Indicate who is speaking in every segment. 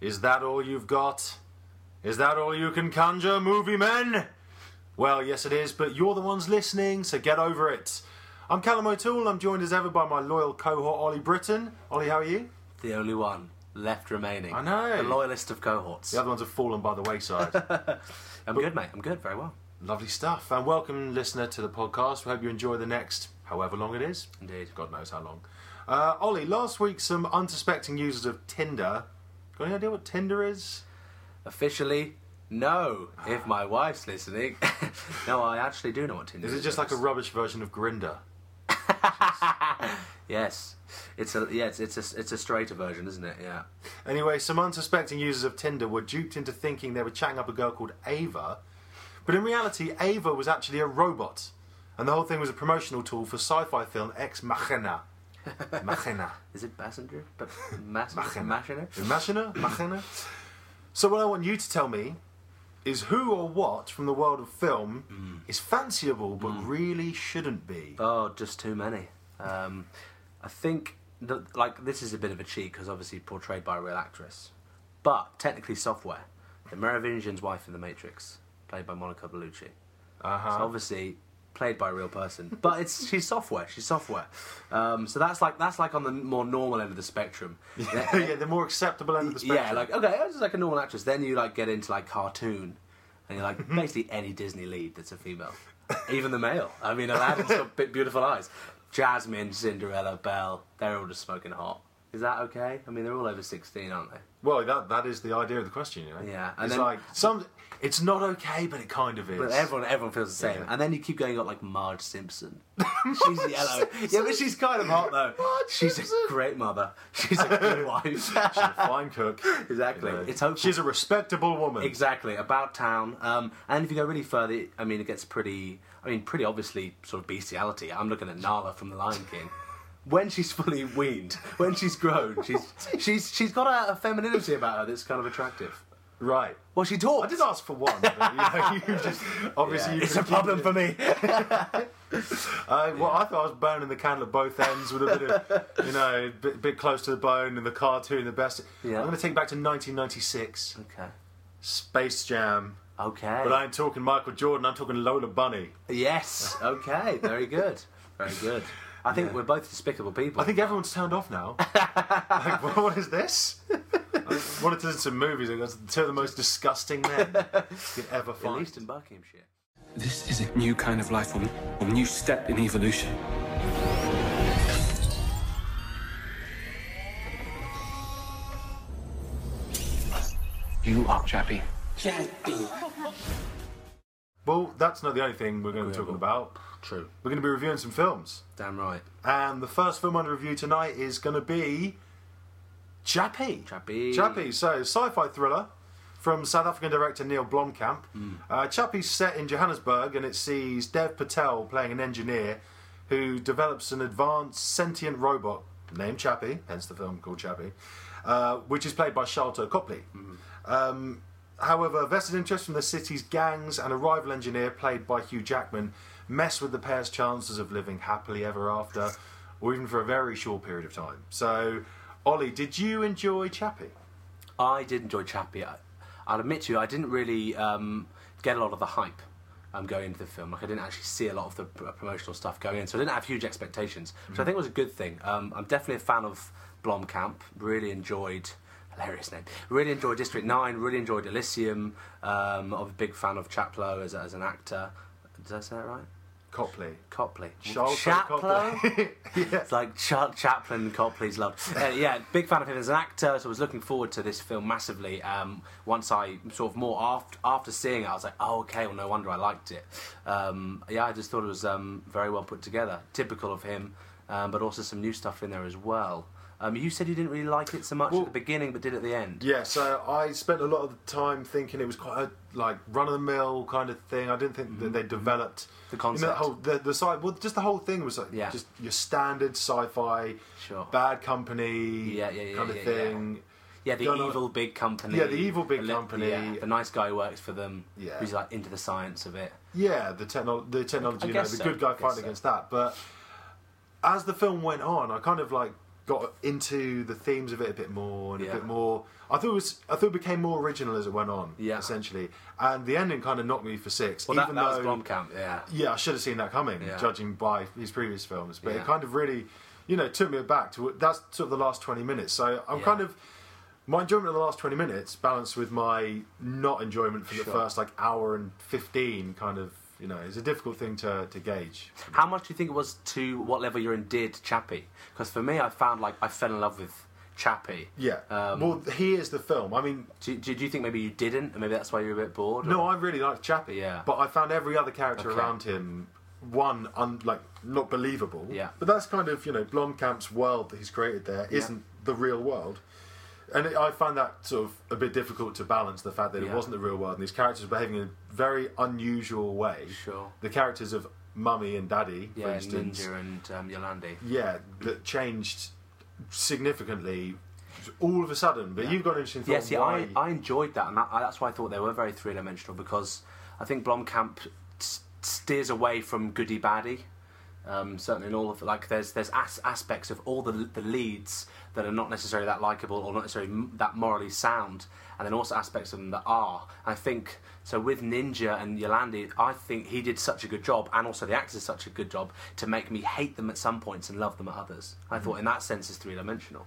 Speaker 1: Is that all you've got? Is that all you can conjure, movie men? Well, yes, it is, but you're the ones listening, so get over it. I'm Callum O'Toole, and I'm joined as ever by my loyal cohort, Ollie Britton. Ollie, how are you?
Speaker 2: The only one left remaining.
Speaker 1: I know.
Speaker 2: The loyalist of cohorts.
Speaker 1: The other ones have fallen by the wayside.
Speaker 2: I'm good, mate. I'm good. Very well.
Speaker 1: Lovely stuff. And welcome, listener, to the podcast. We hope you enjoy the next, however long it is.
Speaker 2: Indeed.
Speaker 1: God knows how long. Uh, Ollie, last week, some unsuspecting users of Tinder. Got any idea what Tinder is?
Speaker 2: Officially, no.
Speaker 1: Ah.
Speaker 2: If my wife's listening, no, I actually do know what Tinder
Speaker 1: Is
Speaker 2: is.
Speaker 1: it just like a rubbish version of Grinder?
Speaker 2: Yes. It's a yeah. It's, it's a it's a straighter version, isn't it? Yeah.
Speaker 1: Anyway, some unsuspecting users of Tinder were duped into thinking they were chatting up a girl called Ava, but in reality, Ava was actually a robot, and the whole thing was a promotional tool for sci-fi film Ex Machina. Machina.
Speaker 2: Is it passenger? But passenger.
Speaker 1: Machina.
Speaker 2: Machina.
Speaker 1: Machina? Machina? So what I want you to tell me is who or what from the world of film
Speaker 2: Mm.
Speaker 1: is fanciable but really shouldn't be.
Speaker 2: Oh, just too many. Um, I think that, like this is a bit of a cheat because obviously portrayed by a real actress, but technically software. The Merovingian's wife in The Matrix, played by Monica Bellucci.
Speaker 1: Uh-huh.
Speaker 2: So obviously played by a real person, but it's she's software. She's software. Um, so that's like that's like on the more normal end of the spectrum.
Speaker 1: yeah, the more acceptable end of the spectrum.
Speaker 2: Yeah, like okay, it's just like a normal actress. Then you like get into like cartoon, and you're
Speaker 1: Mm-hmm.
Speaker 2: like basically any Disney lead that's a female, even the male. I mean, Aladdin's got bit beautiful eyes. Jasmine, Cinderella, Belle, they're all just smoking hot. Is that okay? I mean, they're all over sixteen, aren't they?
Speaker 1: Well, that that is the idea of the question, you know.
Speaker 2: Yeah, and
Speaker 1: it's
Speaker 2: then-
Speaker 1: like some. It's not okay, but it kind of is.
Speaker 2: But everyone, everyone feels the same.
Speaker 1: Yeah.
Speaker 2: And then you keep going on like Marge Simpson. She's yellow. Yeah, but she's kind of hot though.
Speaker 1: Marge
Speaker 2: she's
Speaker 1: Simpson.
Speaker 2: a great mother. She's a good wife.
Speaker 1: She's a fine cook. uh,
Speaker 2: Exactly. It's hopeful.
Speaker 1: She's a respectable woman.
Speaker 2: Exactly, about town. Um, and if you go really further, I mean, it gets pretty. I mean, pretty obviously sort of bestiality. I'm looking at Nala from The Lion King. When she's fully weaned, when she's grown, she's she's she's got a, a femininity about her that's kind of attractive.
Speaker 1: Right.
Speaker 2: Well, she
Speaker 1: I
Speaker 2: talks.
Speaker 1: did ask for one. But, you know, you just, obviously,
Speaker 2: Yeah,
Speaker 1: you
Speaker 2: it's a
Speaker 1: could've
Speaker 2: problem
Speaker 1: kept
Speaker 2: for me.
Speaker 1: it. Uh, well, I thought I was burning the candle at both ends with a bit of, you know, bit, bit close to the bone and the cartoon, the best.
Speaker 2: Yeah.
Speaker 1: I'm going to take it back to 1996,
Speaker 2: Okay.
Speaker 1: Space Jam.
Speaker 2: Okay.
Speaker 1: But I ain't talking Michael Jordan. I'm talking Lola Bunny.
Speaker 2: Yes. Okay. Very good. Very good. I think we're both despicable people.
Speaker 1: I think everyone's turned off now. like, what, what is this? I wanted to do some movies. and That's two of the most disgusting men you could ever
Speaker 2: at
Speaker 1: find.
Speaker 2: least in Buckinghamshire.
Speaker 3: This is a new kind of life, a, a new step in evolution. You are Chappie.
Speaker 1: Well, that's not the only thing we're going to be talking about.
Speaker 2: True.
Speaker 1: We're going to be reviewing some films.
Speaker 2: Damn right.
Speaker 1: And the first film under review tonight is going to be Chappie.
Speaker 2: Chappie.
Speaker 1: Chappie. So, sci fi thriller from South African director Neil Blomkamp. Uh, Chappie's set in Johannesburg and it sees Dev Patel playing an engineer who develops an advanced sentient robot named Chappie, hence the film called Chappie, uh, which is played by Charlton Copley. Um, however, vested interests from the city's gangs and a rival engineer played by Hugh Jackman mess with the pair's chances of living happily ever after, or even for a very short period of time. So, Ollie, did you enjoy Chappie?
Speaker 2: I did enjoy Chappie. I, I'll admit to you, I didn't really um, get a lot of the hype um, going into the film. Like, I didn't actually see a lot of the pr- promotional stuff going in, so I didn't have huge expectations, which I think was a good thing. Um, I'm definitely a fan of Blomkamp. Really enjoyed. Hilarious name. Really enjoyed District 9, really enjoyed Elysium. Um, I'm a big fan of Chaplow as, as an actor. Did I say that right?
Speaker 1: Copley.
Speaker 2: Copley.
Speaker 1: Charles
Speaker 2: Chaplow?
Speaker 1: Copley. yeah.
Speaker 2: It's like Cha- Chaplin Copley's love. Uh, yeah, big fan of him as an actor, so I was looking forward to this film massively. Um, once I sort of more after, after seeing it, I was like, oh, okay, well, no wonder I liked it. Um, yeah, I just thought it was um, very well put together, typical of him, um, but also some new stuff in there as well. Um, you said you didn't really like it so much
Speaker 1: Well-
Speaker 2: at the beginning, but did at the end.
Speaker 1: Yeah, so I spent a lot of time thinking it was quite a like run of the mill kind of thing. I didn't think that they developed
Speaker 2: Mm-hmm. The
Speaker 1: You know,
Speaker 2: concept.
Speaker 1: that whole, the, the side, well, just the whole thing was like
Speaker 2: Yeah.
Speaker 1: just your standard sci-fi,
Speaker 2: Sure.
Speaker 1: bad company,
Speaker 2: Yeah, yeah, yeah,
Speaker 1: kind of
Speaker 2: yeah, yeah.
Speaker 1: thing.
Speaker 2: Yeah, the
Speaker 1: Don't know-
Speaker 2: evil big company.
Speaker 1: Yeah, the evil big
Speaker 2: the li-
Speaker 1: company.
Speaker 2: yeah, the nice guy who works for them.
Speaker 1: Yeah.
Speaker 2: Who's like into the science of it.
Speaker 1: Yeah, the techno- the technology, you know,
Speaker 2: guess
Speaker 1: the
Speaker 2: so,
Speaker 1: good guy
Speaker 2: I guess
Speaker 1: fighting
Speaker 2: so.
Speaker 1: against that. But as the film went on, I kind of like got into the themes of it a bit more and
Speaker 2: Yeah.
Speaker 1: a bit more. I thought it was, I thought it became more original as it went on.
Speaker 2: Yeah.
Speaker 1: essentially, and the ending kind of knocked me for six.
Speaker 2: Well, that,
Speaker 1: even
Speaker 2: that was
Speaker 1: though-
Speaker 2: Blomkamp, yeah.
Speaker 1: yeah, I should have seen that coming,
Speaker 2: Yeah.
Speaker 1: judging by his previous films. But
Speaker 2: Yeah.
Speaker 1: it kind of really, you know, took me aback to that's sort of the last twenty minutes. So I'm
Speaker 2: Yeah.
Speaker 1: kind of my enjoyment of the last twenty minutes balanced with my not enjoyment for the
Speaker 2: Sure.
Speaker 1: first like hour and fifteen. Kind of, you know, it's a difficult thing to to gauge.
Speaker 2: How much do you think it was to what level you're endeared to Chappie? Because for me, I found like I fell in love with Chappie.
Speaker 1: Yeah.
Speaker 2: Um,
Speaker 1: well, he is the film. I mean,
Speaker 2: Do, do, do you think maybe you didn't, and maybe that's why you were a bit bored?
Speaker 1: No,
Speaker 2: or-
Speaker 1: I really liked Chappie.
Speaker 2: Yeah.
Speaker 1: But I found every other character
Speaker 2: Okay.
Speaker 1: around him one un, like not believable.
Speaker 2: Yeah.
Speaker 1: But that's kind of you know Blomkamp's world that he's created there
Speaker 2: Yeah.
Speaker 1: not the real world, and it, I find that sort of a bit difficult to balance the fact that
Speaker 2: Yeah.
Speaker 1: it wasn't the real world and these characters were behaving in a very unusual way.
Speaker 2: Sure.
Speaker 1: The characters of Mummy and Daddy,
Speaker 2: yeah,
Speaker 1: for
Speaker 2: and
Speaker 1: instance,
Speaker 2: Ninja and um, Yolandi.
Speaker 1: yeah, that changed significantly. All of a sudden, but
Speaker 2: Yeah.
Speaker 1: you've got an interesting thought.
Speaker 2: Yeah, see,
Speaker 1: why...
Speaker 2: I, I enjoyed that, and that, I, that's why I thought they were very three dimensional because I think Blomkamp s- steers away from goody baddie. Um, certainly, in all of like there's there's as- aspects of all the the leads that are not necessarily that likable or not necessarily m- that morally sound, and then also aspects of them that are. I think so with Ninja and Yolandi, I think he did such a good job, and also the actors did such a good job to make me hate them at some points and love them at others. I thought in that sense it's three dimensional.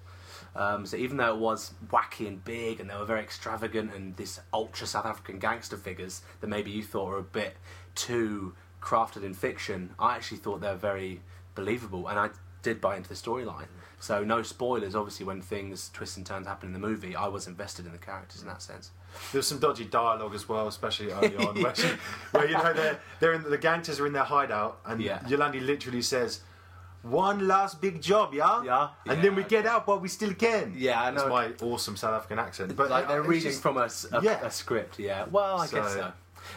Speaker 2: Um, so even though it was wacky and big, and they were very extravagant, and this ultra South African gangster figures that maybe you thought were a bit too crafted in fiction, I actually thought they were very believable, and I did buy into the storyline. So no spoilers. Obviously, when things twists and turns happen in the movie, I was invested in the characters in that sense.
Speaker 1: There's some dodgy dialogue as well, especially early on, where, she, where you know they're, they're in, the gangsters are in their hideout, and
Speaker 2: Yeah.
Speaker 1: Yolandi literally says, "One last big job, yeah,
Speaker 2: Yeah.
Speaker 1: and
Speaker 2: Yeah.
Speaker 1: then we get out while we still can."
Speaker 2: Yeah, I know.
Speaker 1: That's my awesome South African accent, but uh,
Speaker 2: like they're
Speaker 1: it's
Speaker 2: reading
Speaker 1: just-
Speaker 2: from a, s- a-
Speaker 1: Yeah.
Speaker 2: a script. Yeah. Well, I guess
Speaker 1: So-
Speaker 2: so.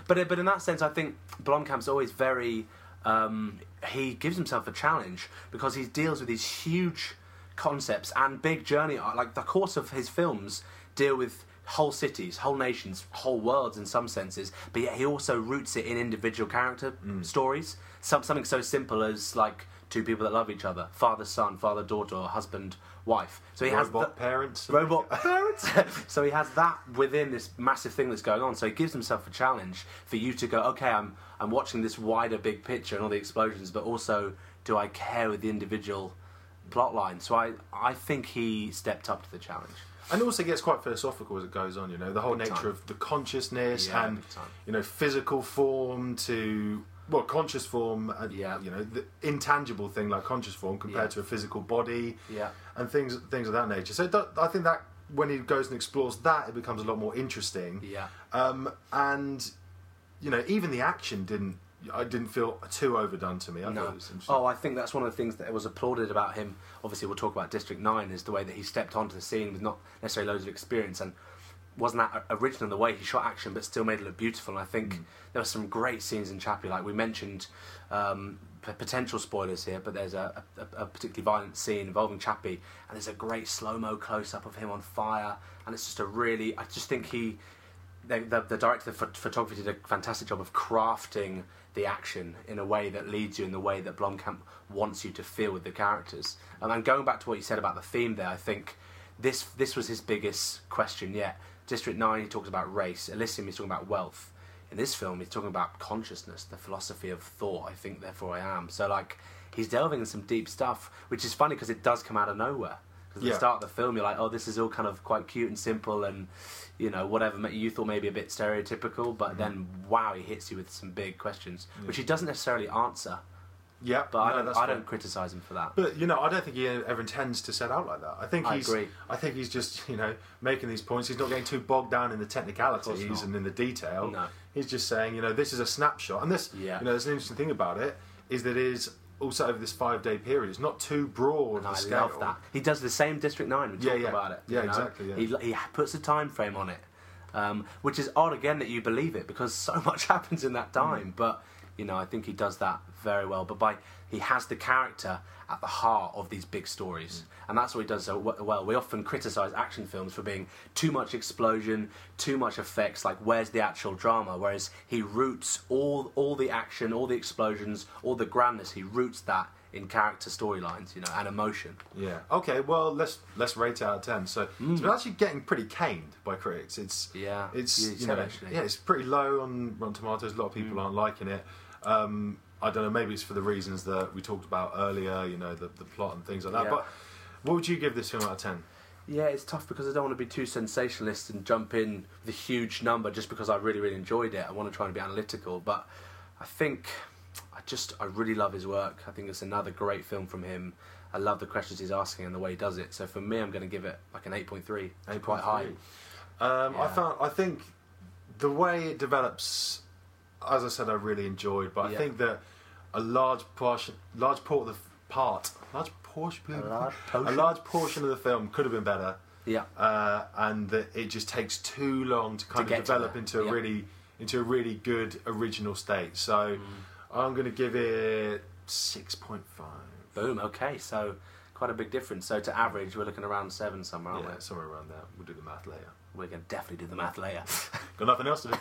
Speaker 2: But but in that sense, I think Blomkamp's always very. Um, he gives himself a challenge because he deals with these huge concepts and big journey. arc- Like the course of his films deal with whole cities, whole nations, whole worlds in some senses. But yet he also roots it in individual character
Speaker 1: Mm.
Speaker 2: stories. Some, something so simple as like two people that love each other, father son, father daughter, or husband wife. So he has
Speaker 1: robot
Speaker 2: the-
Speaker 1: parents.
Speaker 2: robot parents. so he has that within this massive thing that's going on. So he gives himself a challenge for you to go, okay, I'm I'm watching this wider big picture and all the explosions, but also do I care with the individual plot line? So I I think he stepped up to the challenge.
Speaker 1: and also gets quite philosophical as it goes on. You know, the whole
Speaker 2: Big
Speaker 1: nature
Speaker 2: time.
Speaker 1: of the consciousness
Speaker 2: Yeah,
Speaker 1: and
Speaker 2: big time.
Speaker 1: you know physical form to well conscious form. And,
Speaker 2: Yeah.
Speaker 1: you know the intangible thing like conscious form compared
Speaker 2: Yeah.
Speaker 1: to a physical body.
Speaker 2: Yeah.
Speaker 1: and things things of that nature. So it do- I think that when he goes and explores that, it becomes a lot more interesting.
Speaker 2: Yeah.
Speaker 1: Um, and you know, even the action didn't. I didn't feel too overdone to me. I thought it
Speaker 2: No.
Speaker 1: was interesting.
Speaker 2: Oh, I think that's one of the things that was applauded about him. Obviously, we'll talk about District Nine is the way that he stepped onto the scene with not necessarily loads of experience and wasn't that o- original in the way he shot action, but still made it look beautiful. And I think there were some great scenes in Chappie. Like we mentioned, um, p- potential spoilers here, but there's a, a, a particularly violent scene involving Chappie, and there's a great slow mo close up of him on fire, and it's just a really. I just think he the, the, the director of phot- photography did a fantastic job of crafting the action in a way that leads you in the way that Blomkamp wants you to feel with the characters. And then going back to what you said about the theme there, I think this this was his biggest question yet. District 9, he talks about race. Elysium, he's talking about wealth. In this film, he's talking about consciousness, the philosophy of thought. I think, therefore, I am. So, like, he's delving in some deep stuff, which is funny because it does come out of nowhere. 'Cause at
Speaker 1: Yeah.
Speaker 2: the start of the film, you're like, oh, this is all kind of quite cute and simple and, you know, whatever. ma- You thought maybe a bit stereotypical, but then, wow, he hits you with some big questions, which he doesn't necessarily answer.
Speaker 1: yeah,
Speaker 2: But I
Speaker 1: no,
Speaker 2: don't,
Speaker 1: that's
Speaker 2: I
Speaker 1: fine.
Speaker 2: don't criticise him for that.
Speaker 1: But you know, I don't think he ever intends to set out like that. I think
Speaker 2: I
Speaker 1: he's.
Speaker 2: agree.
Speaker 1: I think he's just you know making these points. He's not getting too bogged down in the
Speaker 2: Of course
Speaker 1: technicalities
Speaker 2: not.
Speaker 1: and in the detail.
Speaker 2: No.
Speaker 1: He's just saying you know this is a snapshot, and this
Speaker 2: Yeah.
Speaker 1: you know there's an interesting thing about it is that it is also over this five day period. It's not too broad.
Speaker 2: And
Speaker 1: a
Speaker 2: I
Speaker 1: scale.
Speaker 2: love that. He does the same District 9, we
Speaker 1: Yeah,
Speaker 2: talk
Speaker 1: yeah.
Speaker 2: about it.
Speaker 1: Yeah, exactly, yeah.
Speaker 2: He, he puts a time frame on it, um, which is odd again that you believe it because so much happens in that
Speaker 1: Mm.
Speaker 2: time. But, you know, I think he does that very well. But by he has the character at the heart of these big stories.
Speaker 1: Mm.
Speaker 2: And that's what he does so w- well. We often criticise action films for being too much explosion, too much effects, like where's the actual drama? Whereas he roots all, all the action, all the explosions, all the grandness, he roots that in character storylines, you know, and emotion.
Speaker 1: Yeah. Okay. Well, let's let's rate it out of ten. So, so we're actually getting pretty caned by critics. It's
Speaker 2: Hmm. Yeah, Hmm.
Speaker 1: It's
Speaker 2: you
Speaker 1: you
Speaker 2: said
Speaker 1: know
Speaker 2: actually.
Speaker 1: yeah it's pretty low on Rotten Tomatoes. A lot of people aren't liking it. Um, I don't know. Maybe it's for the reasons that we talked about earlier. You know the the plot and things like that.
Speaker 2: Yeah.
Speaker 1: But what would you give this film out of ten?
Speaker 2: Yeah, it's tough because I don't want to be too sensationalist and jump in with a huge number just because I really, really enjoyed it. I want to try and be analytical, but I think I just I really love his work. I think it's another great film from him. I love the questions he's asking and the way he does it. So for me, I'm going to give it like an 8.3. It's Quite high.
Speaker 1: Um, I
Speaker 2: Yeah.
Speaker 1: found I think the way it develops, as I said, I really enjoyed. But I
Speaker 2: Yeah.
Speaker 1: think that a large portion, large part of the part, large portion,
Speaker 2: large
Speaker 1: a
Speaker 2: portion?
Speaker 1: large portion of the film could have been better.
Speaker 2: Yeah.
Speaker 1: uh, and that it just takes too long to kind
Speaker 2: get
Speaker 1: of
Speaker 2: to
Speaker 1: develop
Speaker 2: that,
Speaker 1: into a
Speaker 2: yeah.
Speaker 1: really into a really good original state. So I'm going to give it six point five.
Speaker 2: Boom. Okay. So quite a big difference. So to average, we're looking around seven somewhere, aren't
Speaker 1: Yeah, somewhere around there. We'll do the math later.
Speaker 2: we? We're going to definitely do the math later.
Speaker 1: Got nothing else to do.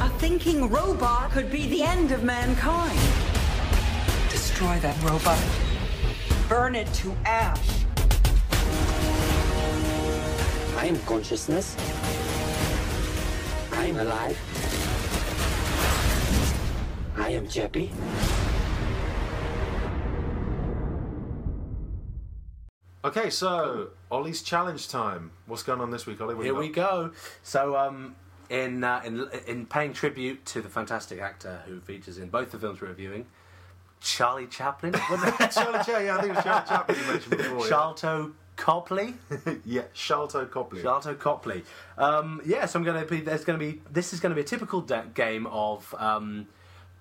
Speaker 4: A thinking robot could be the end of mankind. Destroy that robot. Burn it to ash.
Speaker 5: I am consciousness. I am alive. I am Jeppy.
Speaker 1: okay, so Ollie's challenge time. What's going on this week, Ollie? What
Speaker 2: Here
Speaker 1: you
Speaker 2: we
Speaker 1: got?
Speaker 2: go. So, um, in, uh, in in paying tribute to the fantastic actor who features in both the films we're reviewing, Charlie Chaplin, wasn't it?
Speaker 1: Charlie Ch- yeah, I think it was Charlie Chaplin you mentioned before.
Speaker 2: Charlto Copley,
Speaker 1: yeah, yeah Charlton Copley.
Speaker 2: Charlto Copley. Um, yeah, so I'm going to be. There's going to be. This is going to be a typical de- game of um,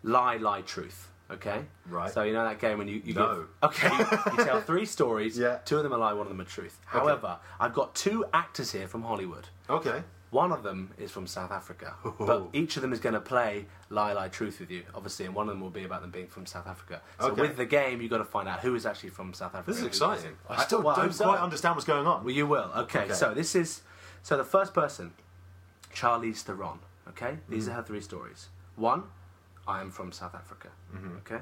Speaker 2: lie, lie, truth. Okay.
Speaker 1: Right.
Speaker 2: So you know that game when you, you
Speaker 1: No.
Speaker 2: give- okay you tell three stories.
Speaker 1: Yeah.
Speaker 2: Two of them are lie, one of them are truth. However, I've got two actors here from Hollywood.
Speaker 1: okay.
Speaker 2: One of them is from South Africa,
Speaker 1: Oh.
Speaker 2: but each of them is going to play Lie Lie Truth with you, obviously, and one of them will be about them being from South Africa. So
Speaker 1: Okay.
Speaker 2: with the game, you've got to find out who is actually from South Africa.
Speaker 1: This is
Speaker 2: and who
Speaker 1: exciting.
Speaker 2: isn't.
Speaker 1: I still
Speaker 2: well, I
Speaker 1: don't
Speaker 2: hope so.
Speaker 1: quite understand what's going on.
Speaker 2: Well, you will. Okay,
Speaker 1: Okay.
Speaker 2: so this is so the first person, Charlize Theron. Okay, these are her three stories. One, I am from South Africa. Okay.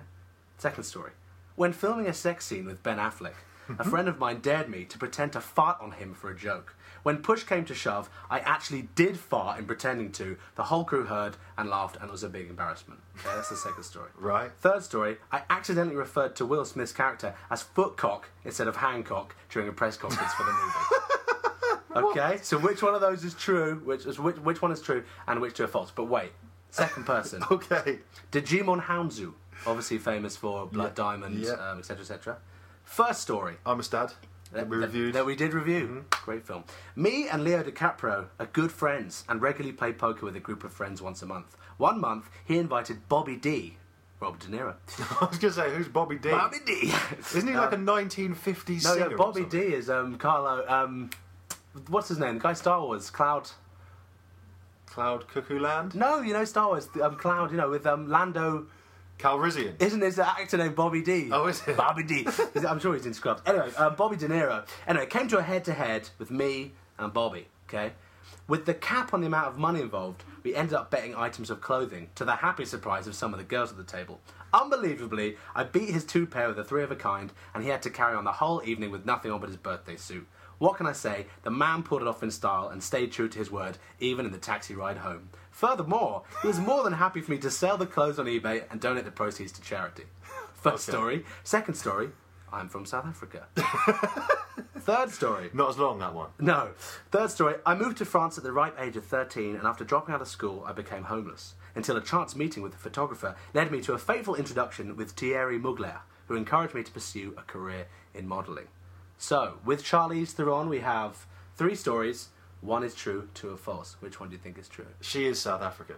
Speaker 2: Second story, when filming a sex scene with Ben Affleck. A friend of mine dared me to pretend to fart on him for a joke. When push came to shove, I actually did fart in pretending to. The whole crew heard and laughed, and it was a big embarrassment. Okay, that's the second story.
Speaker 1: Right.
Speaker 2: Third story, I accidentally referred to Will Smith's character as Footcock instead of Hancock during a press conference for the movie. okay, so which one of those is true? Which, is- which which one is true and which two are false? But wait, second person,
Speaker 1: Okay.
Speaker 2: Digimon Hounzu, obviously famous for Blood Diamond,
Speaker 1: yeah.
Speaker 2: um, etc. etc. First story,
Speaker 1: I'm a stad. That we reviewed. Mm-hmm.
Speaker 2: that we did review. Great film. Me and Leo DiCaprio are good friends and regularly play poker with a group of friends once a month. One month, he invited Bobby D, Robert De Niro.
Speaker 1: I was going to say, who's Bobby D?
Speaker 2: Bobby D.
Speaker 1: Isn't he like a 1950s
Speaker 2: no,
Speaker 1: singer?
Speaker 2: no,
Speaker 1: or
Speaker 2: Bobby D
Speaker 1: something?
Speaker 2: is um, Carlo. Um, what's his name? The guy Star Wars Cloud.
Speaker 1: Cloud Cuckoo Land?
Speaker 2: No, you know Star Wars um, Cloud. You know with um, Lando.
Speaker 1: Calrissian.
Speaker 2: Isn't his actor named Bobby D?
Speaker 1: Oh, is it?
Speaker 2: Bobby D. Is- I'm sure he's in Scrubs. Anyway, um, Bobby De Niro. Anyway, it came to a head to head with me and Bobby, okay? With the cap on the amount of money involved, we ended up betting items of clothing, to the happy surprise of some of the girls at the table. Unbelievably, I beat his two pair with a three of a kind, and he had to carry on the whole evening with nothing on but his birthday suit. What can I say? The man pulled it off in style and stayed true to his word, even in the taxi ride home. Furthermore, he was more than happy for me to sell the clothes on eBay and donate the proceeds to charity. First
Speaker 1: Okay.
Speaker 2: story. Second story, I'm from South Africa. Third story.
Speaker 1: Not as long, that one.
Speaker 2: No. Third story. I moved to France at the ripe age of 13, and after dropping out of school, I became homeless. Until a chance meeting with a photographer led me to a fateful introduction with Thierry Mugler, who encouraged me to pursue a career in modelling. So, with Charlize Theron, we have three stories. One is true, two are false. Which one do you think is true?
Speaker 1: She is South African.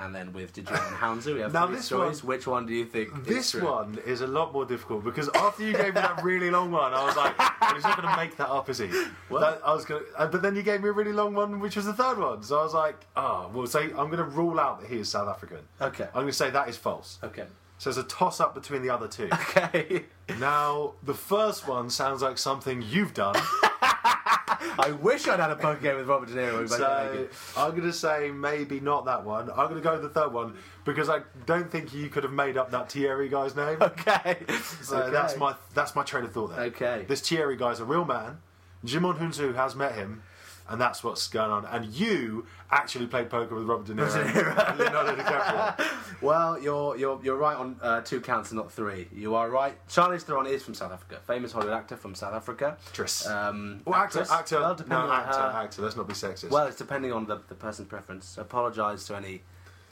Speaker 2: And then with Dijin and Hounzu, we have
Speaker 1: Now
Speaker 2: three
Speaker 1: this
Speaker 2: stories.
Speaker 1: one-
Speaker 2: Which one do you think is
Speaker 1: This
Speaker 2: true?
Speaker 1: one is a lot more difficult because after you gave me that really long one, I was like, well, he's not going to make that up, is he? That- I was going, to, but then you gave me a really long one, which was the third one. So I was like, oh, well, so I'm going to rule out that he is South African.
Speaker 2: Okay.
Speaker 1: I'm going to say that is false.
Speaker 2: Okay.
Speaker 1: So it's a toss up between the other two.
Speaker 2: Okay.
Speaker 1: now, the first one sounds like something you've done.
Speaker 2: I wish I'd had a poker game with Robert De Niro. but I didn't make
Speaker 1: So
Speaker 2: it.
Speaker 1: I'm going to say maybe not that one. I'm going to go with the third one because I don't think you could have made up that Thierry guy's name.
Speaker 2: Okay.
Speaker 1: So
Speaker 2: Okay.
Speaker 1: that's my that's my train of thought there.
Speaker 2: Okay.
Speaker 1: This Thierry guy's a real man. Jimon Hunsu has met him, and that's what's going on. And you actually played poker with Robert De Niro, and Leonardo DiCaprio.
Speaker 2: Well, you're you're you're right on uh, two counts and not three. You are right. Charlize Theron is from South Africa, famous Hollywood actor from South Africa.
Speaker 1: Actress.
Speaker 2: Um,
Speaker 1: Well, actor,
Speaker 2: actress.
Speaker 1: actor,
Speaker 2: Well,
Speaker 1: no,
Speaker 2: depending on
Speaker 1: actor,
Speaker 2: her-
Speaker 1: actor. Let's not be sexist.
Speaker 2: Well, it's depending on the, the person's preference. Apologise to any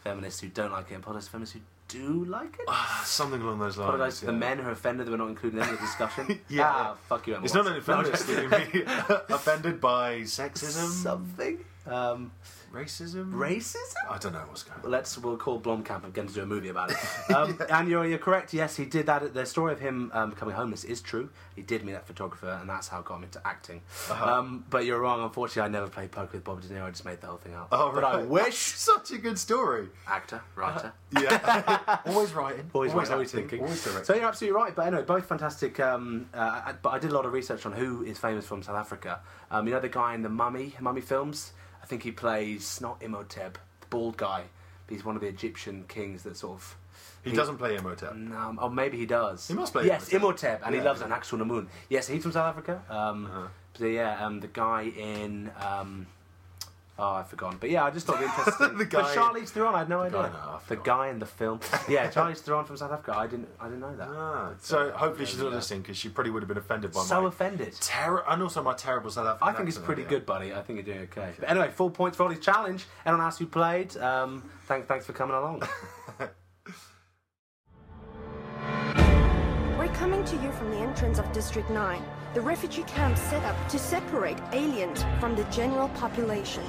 Speaker 2: feminists who don't like it. and Apologise to feminists who do like it.
Speaker 1: Ah, something along those lines.
Speaker 2: Apologise to the
Speaker 1: yeah.
Speaker 2: men who are offended that we're not including them in the discussion.
Speaker 1: Yeah.
Speaker 2: Ah, fuck you, Emma
Speaker 1: It's not an
Speaker 2: Watson. No,
Speaker 1: offense to be offended by sexism,
Speaker 2: Something. Um,
Speaker 1: racism,
Speaker 2: racism?
Speaker 1: I don't know what's going on.
Speaker 2: let's we'll call Blomkamp and get him to do a movie about it. Um, And you're you're correct. Yes, he did that. The story of him um, becoming homeless is true. He did meet that photographer, and that's how it got him into acting.
Speaker 1: Uh-huh.
Speaker 2: Um, but you're wrong. Unfortunately, I never played poker with Bob De Niro. I just made the whole thing up.
Speaker 1: Oh,
Speaker 2: but I
Speaker 1: right. Uh-huh.
Speaker 2: wish
Speaker 1: Such a good story.
Speaker 2: actor, writer.
Speaker 1: Yeah, always writing,
Speaker 2: Always,
Speaker 1: always,
Speaker 2: right, always
Speaker 1: acting,
Speaker 2: thinking.
Speaker 1: always directing.
Speaker 2: so you're absolutely right. But anyway, both fantastic. Um, uh, I- but I did a lot of research on who is famous from South Africa. Um, you know the guy in the Mummy Mummy films. I think he plays not Imhotep, the bald guy. He's one of the Egyptian kings that sort of.
Speaker 1: he doesn't play Imhotep.
Speaker 2: Um, or maybe he does.
Speaker 1: He must play
Speaker 2: Yes,
Speaker 1: Imhotep.
Speaker 2: Imhotep, and he
Speaker 1: Yeah. Uh-huh.
Speaker 2: loves an axe on the moon. Yes, he's from South Africa. Um, So yeah, um, the guy in. Um, oh, I've forgotten. But yeah, I just thought it interesting.
Speaker 1: The guy
Speaker 2: But
Speaker 1: in-
Speaker 2: Charlize Theron, I had no
Speaker 1: guy-
Speaker 2: idea.
Speaker 1: no, I
Speaker 2: the
Speaker 1: forgot.
Speaker 2: guy in the film. Yeah, Charlize Theron from South Africa. I didn't. I didn't know that.
Speaker 1: Ah, so hopefully she's not listening because she probably would have been offended by
Speaker 2: so
Speaker 1: my
Speaker 2: offended.
Speaker 1: terror and also my terrible South African.
Speaker 2: I think it's
Speaker 1: accent
Speaker 2: pretty
Speaker 1: earlier.
Speaker 2: good, buddy. I think you're doing okay. But anyway, four points for Ollie's challenge. Anyone else who played, um, thanks, thanks for coming along.
Speaker 6: We're coming to you from the entrance of District 9, the refugee camp set up to separate aliens from the general population.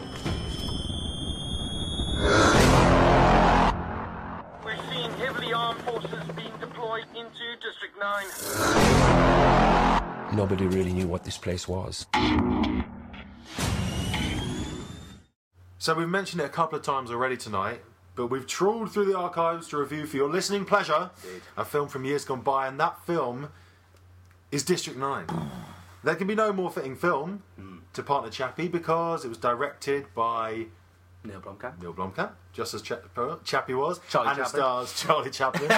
Speaker 7: We're seeing heavily armed forces being deployed into District 9.
Speaker 8: Nobody really knew what this place was.
Speaker 1: So we've mentioned it a couple of times already tonight, but we've trawled through the archives to review for your listening pleasure a film from years gone by, and that film is District Nine. there can be no more fitting film
Speaker 2: Hmm.
Speaker 1: to partner Chappie because it was directed by
Speaker 2: Neil Blomkamp.
Speaker 1: Neil Blomkamp, just as Cha- Chappie was,
Speaker 2: Charlie
Speaker 1: and it
Speaker 2: Chaplin.
Speaker 1: stars Charlie Chaplin.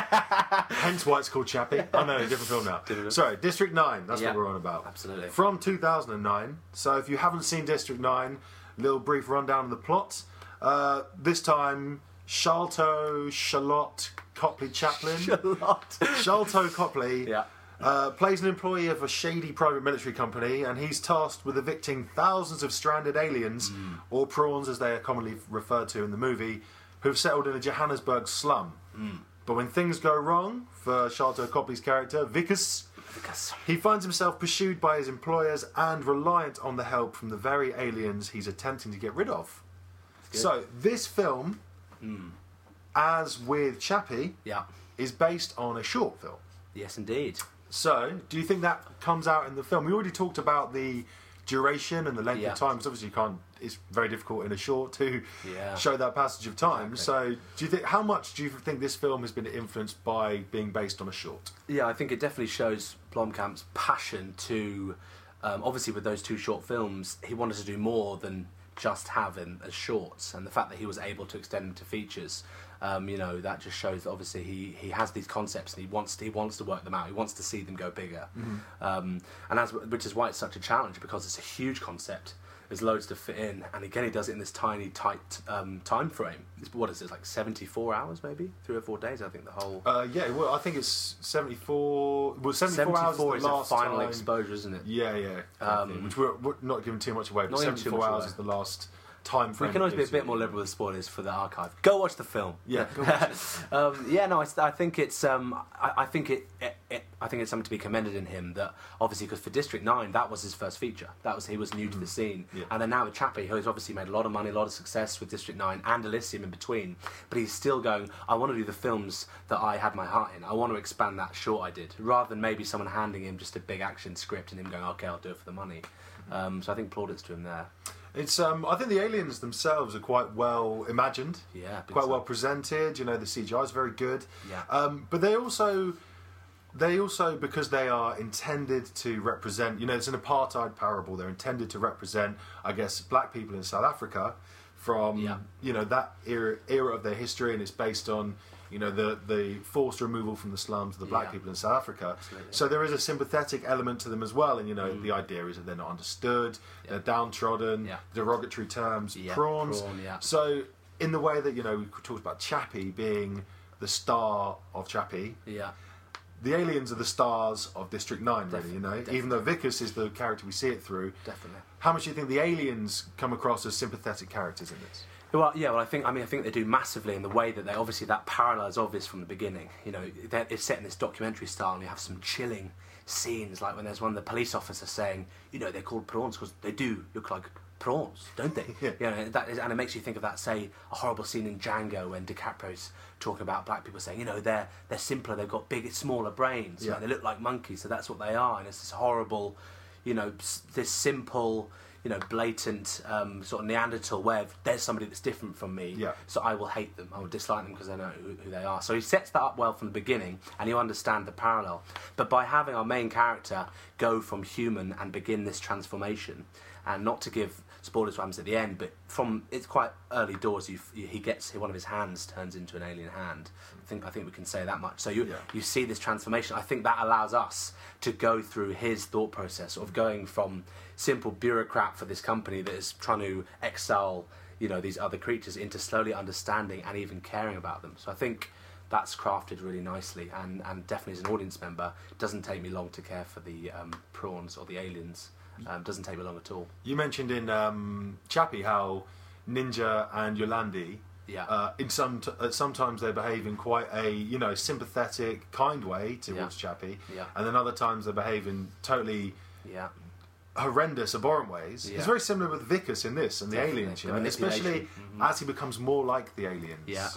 Speaker 1: Hence why it's called Chappie. Oh no, different film now. Sorry, District Nine. That's
Speaker 2: Yeah,
Speaker 1: what we're on about.
Speaker 2: absolutely.
Speaker 1: From 2009. So if you haven't seen District Nine, little brief rundown of the plot. Uh, this time, Shalto Charlotte Copley Chaplin. Shalto Copley
Speaker 2: Yeah.
Speaker 1: uh, plays an employee of a shady private military company, and he's tasked with evicting thousands of stranded aliens, or prawns as they are commonly referred to in the movie, who've settled in a Johannesburg slum. But when things go wrong for Sharto Copley's character, Vickers,
Speaker 2: Because-
Speaker 1: he finds himself pursued by his employers and reliant on the help from the very aliens he's attempting to get rid of. So, this film, as with Chappie,
Speaker 2: Yeah.
Speaker 1: is based on a short film.
Speaker 2: Yes, indeed.
Speaker 1: So, do you think that comes out in the film? We already talked about the duration and the length
Speaker 2: Yeah.
Speaker 1: of time. Because obviously, you can't. It's very difficult in a short to
Speaker 2: Yeah.
Speaker 1: show that passage of time. So, do you think how much do you think this film has been influenced by being based on a short?
Speaker 2: Yeah, I think it definitely shows Blomkamp's passion to. Um, obviously, with those two short films, he wanted to do more than just have him as shorts, and the fact that he was able to extend them to features, um, you know, that just shows that obviously he, he has these concepts and he wants to, he wants to work them out. He wants to see them go bigger, um, and as which is why it's such a challenge because it's a huge concept. There's loads to fit in, and again, he does it in this tiny, tight um, time frame. It's, what is it, like 74 hours, maybe three or four days? I think the whole.
Speaker 1: Uh, yeah, well, I think it's seventy-four. Well, seventy-four,
Speaker 2: 74
Speaker 1: hours is
Speaker 2: is
Speaker 1: the
Speaker 2: the
Speaker 1: last
Speaker 2: final
Speaker 1: time.
Speaker 2: exposure, isn't it?
Speaker 1: Yeah, yeah. Which we're, we're not giving too much away, but
Speaker 2: Not giving too
Speaker 1: seventy-four
Speaker 2: much
Speaker 1: hours
Speaker 2: away.
Speaker 1: is the last time frame.
Speaker 2: We can always
Speaker 1: it
Speaker 2: be a
Speaker 1: gives
Speaker 2: bit
Speaker 1: you.
Speaker 2: more liberal with spoilers for the archive. Go watch the film.
Speaker 1: Yeah, go
Speaker 2: um, yeah. No, I, s- I think it's. Um, I, I think it, it, it. I think it's something to be commended in him that obviously because for District Nine that was his first feature. That was he was new to the scene,
Speaker 1: Mm. Yeah.
Speaker 2: and then now with Chappie, who has obviously made a lot of money, a lot of success with District Nine and Elysium in between, but he's still going. I want to do the films that I had my heart in. I want to expand that short I did, rather than maybe someone handing him just a big action script and him going, okay, I'll do it for the money.
Speaker 1: Mm.
Speaker 2: Um, so I think plaudits to him there.
Speaker 1: It's um, I think the aliens themselves are quite well imagined.
Speaker 2: Yeah, big
Speaker 1: quite
Speaker 2: time.
Speaker 1: well presented. You know, the CGI is very good.
Speaker 2: Yeah.
Speaker 1: Um, but they also they also because they are intended to represent you know it's an apartheid parable they're intended to represent i guess black people in south africa from
Speaker 2: Yeah.
Speaker 1: you know that era, era of their history and it's based on you know the the forced removal from the slums of the black
Speaker 2: Yeah.
Speaker 1: people in south africa so there is a sympathetic element to them as well and you know the idea is that they're not understood they're downtrodden
Speaker 2: Mm. Yeah.
Speaker 1: derogatory terms
Speaker 2: Yeah,
Speaker 1: prawns
Speaker 2: prawn, yeah.
Speaker 1: so in the way that you know we talked about chappie being the star of chappie
Speaker 2: Yeah.
Speaker 1: the aliens are the stars of District Nine, really. You know,
Speaker 2: Definitely.
Speaker 1: even though Vickers is the character we see it through.
Speaker 2: Definitely.
Speaker 1: How much do you think the aliens come across as sympathetic characters in this?
Speaker 2: Well, yeah. Well, I think I mean I think they do massively in the way that they obviously that parallel is obvious from the beginning. You know, they're- it's set in this documentary style, and you have some chilling scenes, like when there's one of the police officer saying, you know, they're called prawns because they do look like prawns, don't they?
Speaker 1: Yeah.
Speaker 2: You know, that is, and it makes you think of that, say, a horrible scene in Django when DiCaprio's talking about black people saying, you know, they're they're simpler, they've got bigger, smaller brains, you know,
Speaker 1: Yeah.
Speaker 2: they look like monkeys, so that's what they are, and it's this horrible, you know, s- this simple, you know, blatant um, sort of Neanderthal way of there's somebody that's different from me,
Speaker 1: Yeah.
Speaker 2: so I will hate them, I will dislike them because I know who, who they are. So he sets that up well from the beginning, and you understand the parallel. But by having our main character go from human and begin this transformation, and not to give spoilers what happens at the end, but from it's quite early doors. You, f- you he gets one of his hands turns into an alien hand. I think I think we can say that much. So you
Speaker 1: Yeah.
Speaker 2: you see this transformation. I think that allows us to go through his thought process of going from simple bureaucrat for this company that is trying to exile, you know, these other creatures into slowly understanding and even caring about them. So I think that's crafted really nicely, and, and definitely as an audience member, it doesn't take me long to care for the um, prawns or the aliens. Um, doesn't take me long at all.
Speaker 1: You mentioned in um, Chappie how Ninja and Yolandi,
Speaker 2: Yeah.
Speaker 1: uh, in some t- uh, sometimes they behave in quite a you know sympathetic, kind way towards
Speaker 2: Yeah.
Speaker 1: Chappie,
Speaker 2: Yeah.
Speaker 1: and then other times they behave in totally
Speaker 2: Yeah,
Speaker 1: horrendous, abhorrent ways.
Speaker 2: Yeah.
Speaker 1: It's very similar with Vickers in this and the
Speaker 2: Definitely.
Speaker 1: aliens, you
Speaker 2: The
Speaker 1: know, and
Speaker 2: manipulation. Mm-hmm.
Speaker 1: especially as he becomes more like the aliens.
Speaker 2: Yeah.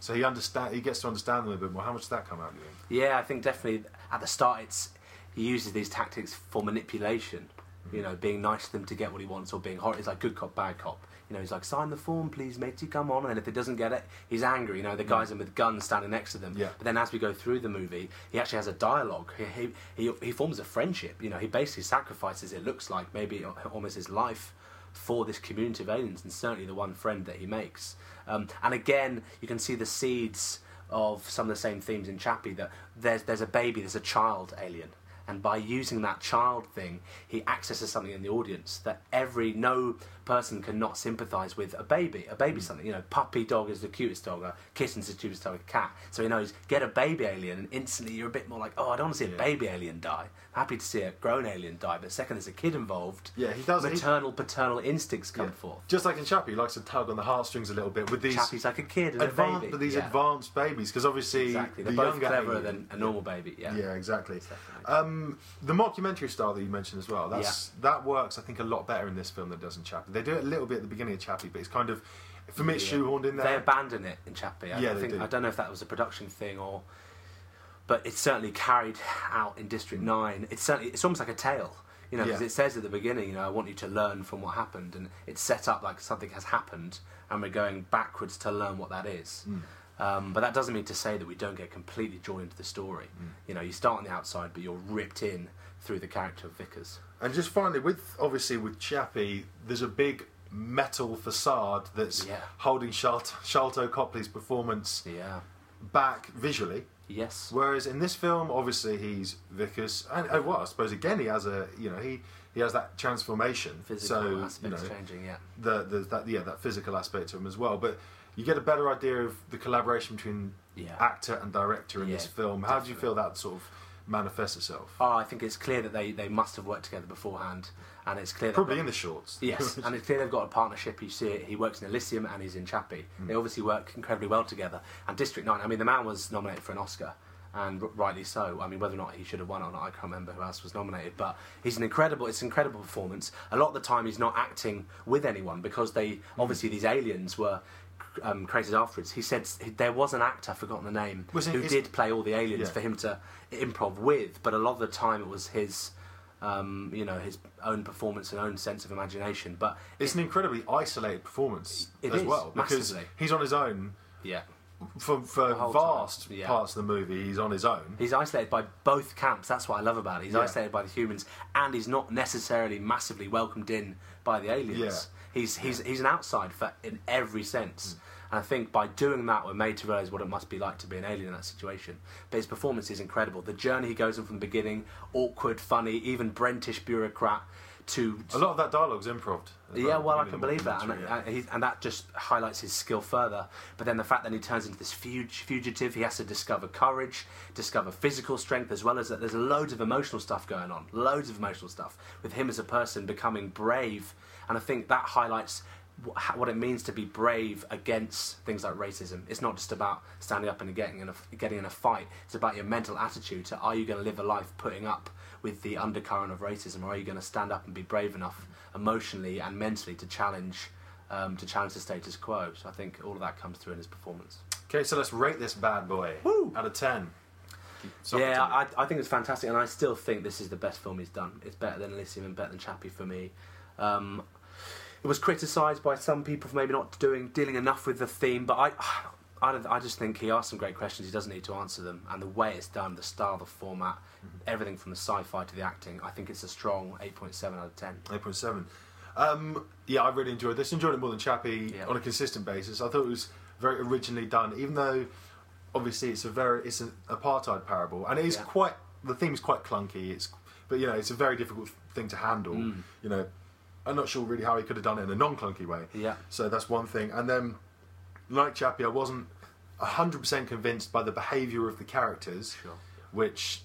Speaker 1: So he understand he gets to understand them a bit more. How much does that come out? Do you think?
Speaker 2: yeah. I think definitely at the start, it's he uses these tactics for manipulation. You know, being nice to them to get what he wants, or being horrible. It's like good cop, bad cop. You know, he's like sign the form, please, matey, come on. And then if he doesn't get it, he's angry. You know, the guys are with guns standing next to them.
Speaker 1: Yeah.
Speaker 2: But then as we go through the movie, he actually has a dialogue. He he, he, he forms a friendship. You know, he basically sacrifices. It looks like maybe al- almost his life for this community of aliens, and certainly the one friend that he makes. Um, and again, you can see the seeds of some of the same themes in Chappie. That there's there's a baby, there's a child alien. And by using that child thing, he accesses something in the audience that every no person can not sympathise with a baby. A
Speaker 1: Mm.
Speaker 2: baby, something you know, puppy dog is the cutest dog, a kitten's the cutest dog, a cat. So he knows get a baby alien, and instantly you're a bit more like, oh, I don't want to see a baby alien die. I'm happy to see a grown alien die, but the second there's a kid involved,
Speaker 1: Yeah, he does- he-
Speaker 2: maternal paternal instincts come forth.
Speaker 1: Just like in Chappie, he likes to tug on the heartstrings a little bit with these
Speaker 2: Chappie's like a kid and a
Speaker 1: advanced,
Speaker 2: baby.
Speaker 1: but these
Speaker 2: Yeah.
Speaker 1: advanced babies because obviously
Speaker 2: exactly,
Speaker 1: the
Speaker 2: they're both
Speaker 1: younger
Speaker 2: cleverer
Speaker 1: alien-
Speaker 2: than a normal baby. Yeah,
Speaker 1: Yeah, exactly. Um, the mockumentary style that you mentioned as well, that's that works I think a lot better in this film than it does in Chappie. They do it a little bit at the beginning of Chappie, but it's kind of for me it's shoehorned in there.
Speaker 2: They abandon it in Chappie. I
Speaker 1: Yeah, they
Speaker 2: think
Speaker 1: do.
Speaker 2: I don't know if that was a production thing or, but it's certainly carried out in District Nine. It's certainly it's almost like a tale, you know, because
Speaker 1: Mm. Yeah.
Speaker 2: it says at the beginning, you know, I want you to learn from what happened, and it's set up like something has happened, and we're going backwards to learn what that is.
Speaker 1: Mm.
Speaker 2: Um, but that doesn't mean to say that we don't get completely drawn into the story.
Speaker 1: Mm.
Speaker 2: You know, you start on the outside, but you're ripped in through the character of Vickers.
Speaker 1: And just finally, with obviously with Chappie, there's a big metal facade that's
Speaker 2: Yeah.
Speaker 1: holding Charlton, Charlton Copley's performance
Speaker 2: Yeah.
Speaker 1: back visually.
Speaker 2: Yes.
Speaker 1: Whereas in this film, obviously he's Vickers, and uh, well, I suppose again he has a you know he he has that transformation.
Speaker 2: Physical
Speaker 1: so,
Speaker 2: aspects
Speaker 1: you know,
Speaker 2: changing. Yeah.
Speaker 1: the, the that yeah that physical aspect to him as well. But you get a better idea of the collaboration between
Speaker 2: Yeah.
Speaker 1: actor and director in
Speaker 2: Yeah,
Speaker 1: this film. How do you feel that sort of manifests itself?
Speaker 2: Oh, I think it's clear that they, they must have worked together beforehand, and it's clear that
Speaker 1: Probably in the shorts.
Speaker 2: yes, and it's clear they've got a partnership. You see it. He works in Elysium and he's in Chappie.
Speaker 1: Hmm.
Speaker 2: They obviously work incredibly well together. And District Nine. I mean, the man was nominated for an Oscar, and r- rightly so. I mean, whether or not he should have won or not, I can't remember who else was nominated. But he's an incredible. It's an incredible performance. A lot of the time, he's not acting with anyone because they
Speaker 1: Hmm.
Speaker 2: obviously these aliens were. Um, created afterwards, he said s- he- there was an actor, I've forgotten the name,
Speaker 1: Was it-
Speaker 2: who
Speaker 1: is-
Speaker 2: did play all the aliens
Speaker 1: Yeah.
Speaker 2: for him to improv with, but a lot of the time it was his, um, you know, his own performance and own sense of imagination. But
Speaker 1: It's an incredibly isolated performance
Speaker 2: It
Speaker 1: as
Speaker 2: is,
Speaker 1: well because
Speaker 2: massively.
Speaker 1: he's on his own
Speaker 2: yeah,
Speaker 1: for, for
Speaker 2: whole
Speaker 1: vast
Speaker 2: time, yeah.
Speaker 1: parts of the movie, he's on his own.
Speaker 2: He's isolated by both camps. That's what I love about it. He's
Speaker 1: Yeah.
Speaker 2: isolated by the humans, and he's not necessarily massively welcomed in by the aliens.
Speaker 1: Yeah. Mm.
Speaker 2: He's he's he's an outside for, in every sense. And I think by doing that, we're made to realise what it must be like to be an alien in that situation. But his performance is incredible. The journey he goes on from the beginning, awkward, funny, even Brentish bureaucrat, to
Speaker 1: A lot of that dialogue's improv.
Speaker 2: yeah, well, I can believe that, and, and, he, and that just highlights his skill further. But then the fact that he turns into this fuge, fugitive, he has to discover courage, discover physical strength, as well as that there's loads of emotional stuff going on, loads of emotional stuff with him as a person becoming brave, and I think that highlights wh- ho- what it means to be brave against things like racism. It's not just about standing up and getting in a, getting in a fight. It's about your mental attitude. To are you going to live a life putting up with the undercurrent of racism, or are you going to stand up and be brave enough emotionally and mentally to challenge um, to challenge the status quo? So I think all of that comes through in his performance.
Speaker 1: Okay, so let's rate this bad boy out of ten. Socrates.
Speaker 2: yeah, I, I think it's fantastic, and I still think this is the best film he's done. It's better than Elysium and better than Chappie for me. Um, it was criticised by some people for maybe not doing dealing enough with the theme, but I, I, don't- I just think he asked some great questions. He doesn't need to answer them, and the way it's done, the style, the format, everything from the sci-fi to the acting, I think it's a strong eight point seven out of ten.
Speaker 1: Eight point seven. Um, yeah, I really enjoyed this. Enjoyed it more than Chappie
Speaker 2: Yeah.
Speaker 1: on a consistent basis. I thought it was very originally done, even though obviously it's a very it's an apartheid parable, and it is
Speaker 2: Yeah.
Speaker 1: quite the theme's quite clunky. It's but you know it's a very difficult thing to handle.
Speaker 2: Mm.
Speaker 1: You know, I'm not sure really how he could have done it in a non-clunky way.
Speaker 2: Yeah.
Speaker 1: So that's one thing, and then like Chappie, I wasn't hundred percent convinced by the behaviour of the characters,
Speaker 2: Sure.
Speaker 1: which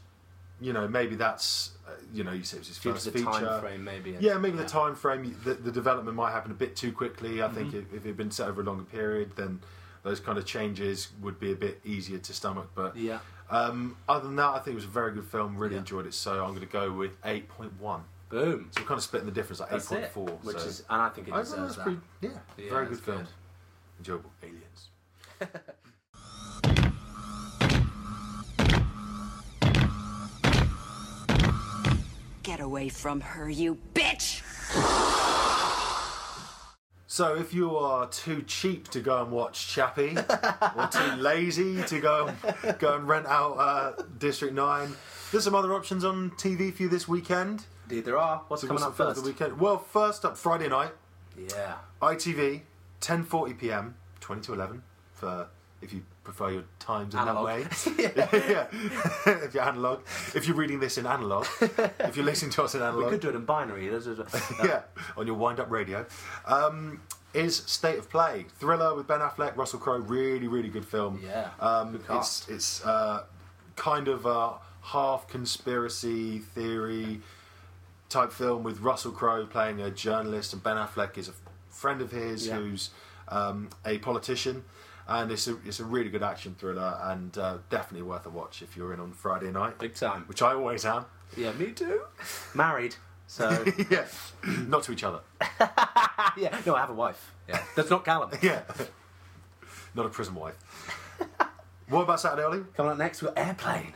Speaker 1: you know maybe that's uh, you know you said it was his
Speaker 2: Due
Speaker 1: first
Speaker 2: to the
Speaker 1: feature.
Speaker 2: time frame, maybe. and-
Speaker 1: Yeah, maybe the time frame, the, the development might happen a bit too quickly. I think
Speaker 2: Mm-hmm.
Speaker 1: if, if it had been set over a longer period, then those kind of changes would be a bit easier to stomach. But
Speaker 2: Yeah.
Speaker 1: um, other than that, I think it was a very good film. Really
Speaker 2: Yeah.
Speaker 1: enjoyed it. So I'm going to go with 8.1. So
Speaker 2: Boom.
Speaker 1: we're kind of splitting the difference, like
Speaker 2: That's it.
Speaker 1: 8.4.
Speaker 2: Which
Speaker 1: so.
Speaker 2: is, and I think it
Speaker 1: I think that's
Speaker 2: deserves that.
Speaker 1: pretty, yeah,
Speaker 2: Yeah,
Speaker 1: very
Speaker 2: that's
Speaker 1: good film.
Speaker 2: good.
Speaker 1: Enjoyable. Aliens.
Speaker 4: Get away from her, you bitch!
Speaker 1: So if you are too cheap to go and watch Chappie, or too lazy to go and, go and rent out uh, District Nine, there's some other options on TV for you this weekend.
Speaker 2: Indeed, there are. What's
Speaker 1: So
Speaker 2: coming
Speaker 1: what's the
Speaker 2: up
Speaker 1: film of
Speaker 2: first?
Speaker 1: The weekend? Well, first up Friday night,
Speaker 2: Yeah.
Speaker 1: ITV, 10:40 p.m., 20 to 11 for if you prefer your times in
Speaker 2: Analog.
Speaker 1: that way. yeah. if you're analog, if you're reading this in analog, if you're listening to us in analog,
Speaker 2: We could do it in binary. Those are-
Speaker 1: yeah, on your wind-up radio. Um, is State of Play thriller with Ben Affleck, Russell Crowe? Really, really good film.
Speaker 2: Yeah,
Speaker 1: um,
Speaker 2: good
Speaker 1: it's
Speaker 2: cast.
Speaker 1: it's uh, kind of a half conspiracy theory type film with Russell Crowe playing a journalist, and Ben Affleck is a friend of his
Speaker 2: Yeah.
Speaker 1: who's um, a politician. And it's a, it's a really good action thriller and uh, definitely worth a watch if you're in on Friday night.
Speaker 2: Big time.
Speaker 1: Which I always am.
Speaker 2: Yeah, me too. Married. So
Speaker 1: yeah. Not to each other.
Speaker 2: yeah, no, I have a wife. Yeah, that's not Callum.
Speaker 1: Yeah. Not a prison wife. what about Saturday, Ollie?
Speaker 2: Coming up next, we've got Airplane,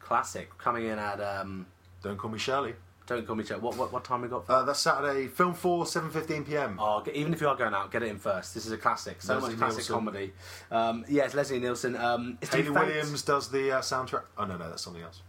Speaker 2: classic, coming in at um,
Speaker 1: Don't call me Shirley.
Speaker 2: don't call me Joe. What what, what time we got? For?
Speaker 1: Uh, that's Saturday, film 4, 7.15 pm.
Speaker 2: Oh, get, even if you are going out, get it in first. This is a classic. So
Speaker 1: Leslie
Speaker 2: much classic
Speaker 1: Nielsen.
Speaker 2: comedy. Um, yeah, it's Leslie Nielsen. Um, it's to be
Speaker 1: Hayley
Speaker 2: thanked-
Speaker 1: Williams does the uh, soundtrack. Oh, no, no, that's something else.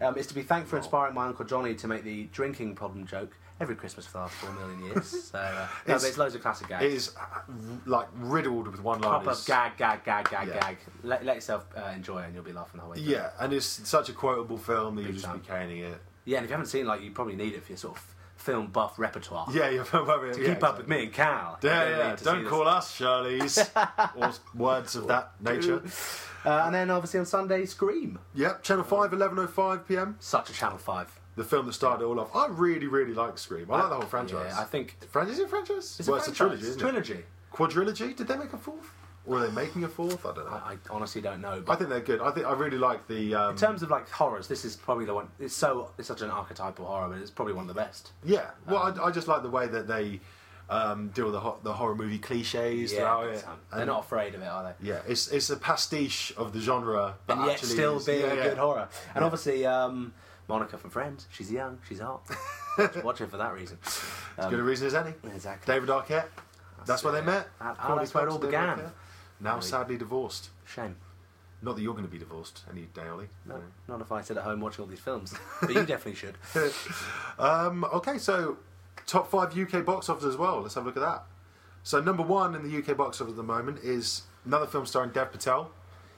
Speaker 2: Um, it's to be thanked for inspiring my uncle Johnny to make the drinking problem joke every Christmas for the last four million years. So uh, no,
Speaker 1: It's-
Speaker 2: but it's loads of classic gags.
Speaker 1: It is, uh, r- like, riddled with one-liners.
Speaker 2: Proper gag, gag, gag, gag,
Speaker 1: Yeah.
Speaker 2: gag. Let, let yourself uh, enjoy it, and you'll be laughing the whole way. through.
Speaker 1: Yeah, and it's such a quotable film that you
Speaker 2: Big
Speaker 1: just be
Speaker 2: time.
Speaker 1: caning it.
Speaker 2: Yeah, and if you haven't seen, like, you probably need it for your sort of film buff repertoire.
Speaker 1: Yeah, you're probably...
Speaker 2: To keep up with me and Cal.
Speaker 1: Yeah,
Speaker 2: You
Speaker 1: yeah,
Speaker 2: need to see
Speaker 1: don't
Speaker 2: this.
Speaker 1: call us Shirley's. or words of that nature.
Speaker 2: Uh, and then obviously on Sunday, Scream.
Speaker 1: Yep, Channel oh 5, 11.05 pm.
Speaker 2: Such a Channel 5.
Speaker 1: the film that started it all off. I really, really like Scream. I like the whole franchise.
Speaker 2: Yeah, I think.
Speaker 1: Franchise is it a franchise?
Speaker 2: It's
Speaker 1: well,
Speaker 2: a
Speaker 1: it's a
Speaker 2: franchise.
Speaker 1: trilogy. Isn't
Speaker 2: trilogy.
Speaker 1: It? Quadrilogy? Did they make a fourth? Or are they making a fourth? I don't know. I,
Speaker 2: I, I honestly don't know. But
Speaker 1: think they're good. I think I really like the. Um,
Speaker 2: in terms of like horrors, this is probably the one. It's so it's such an archetypal horror, but it's probably one of the best.
Speaker 1: yeah. Well, I, I just like the way that they um, deal with the, ho- the horror movie cliches throughout
Speaker 2: big
Speaker 1: it. oh,
Speaker 2: time.
Speaker 1: And-
Speaker 2: um, they're not afraid of it, are they?
Speaker 1: Yeah, it's it's a pastiche of the genre, but
Speaker 2: and yet
Speaker 1: actually
Speaker 2: still
Speaker 1: is-
Speaker 2: being
Speaker 1: yeah,
Speaker 2: a
Speaker 1: yeah.
Speaker 2: good horror. And obviously, um, Monica from Friends. She's young. She's hot. Watch- Watch her for that reason.
Speaker 1: As good a reason as any.
Speaker 2: Exactly.
Speaker 1: David Arquette. That's, where they
Speaker 2: it.
Speaker 1: met.
Speaker 2: That- oh,
Speaker 1: Courtney
Speaker 2: that's where it
Speaker 1: Cox
Speaker 2: all
Speaker 1: and David
Speaker 2: began.
Speaker 1: Arquette. Now sadly divorced.
Speaker 2: Shame.
Speaker 1: Not that you're going to be divorced any day, Ollie.
Speaker 2: No, not if I sit at home watching all these films. But you definitely should.
Speaker 1: Um, okay, so top five UK box office as well. Let's have a look at that. So number one in the UK box office at the moment is another film starring Dev Patel,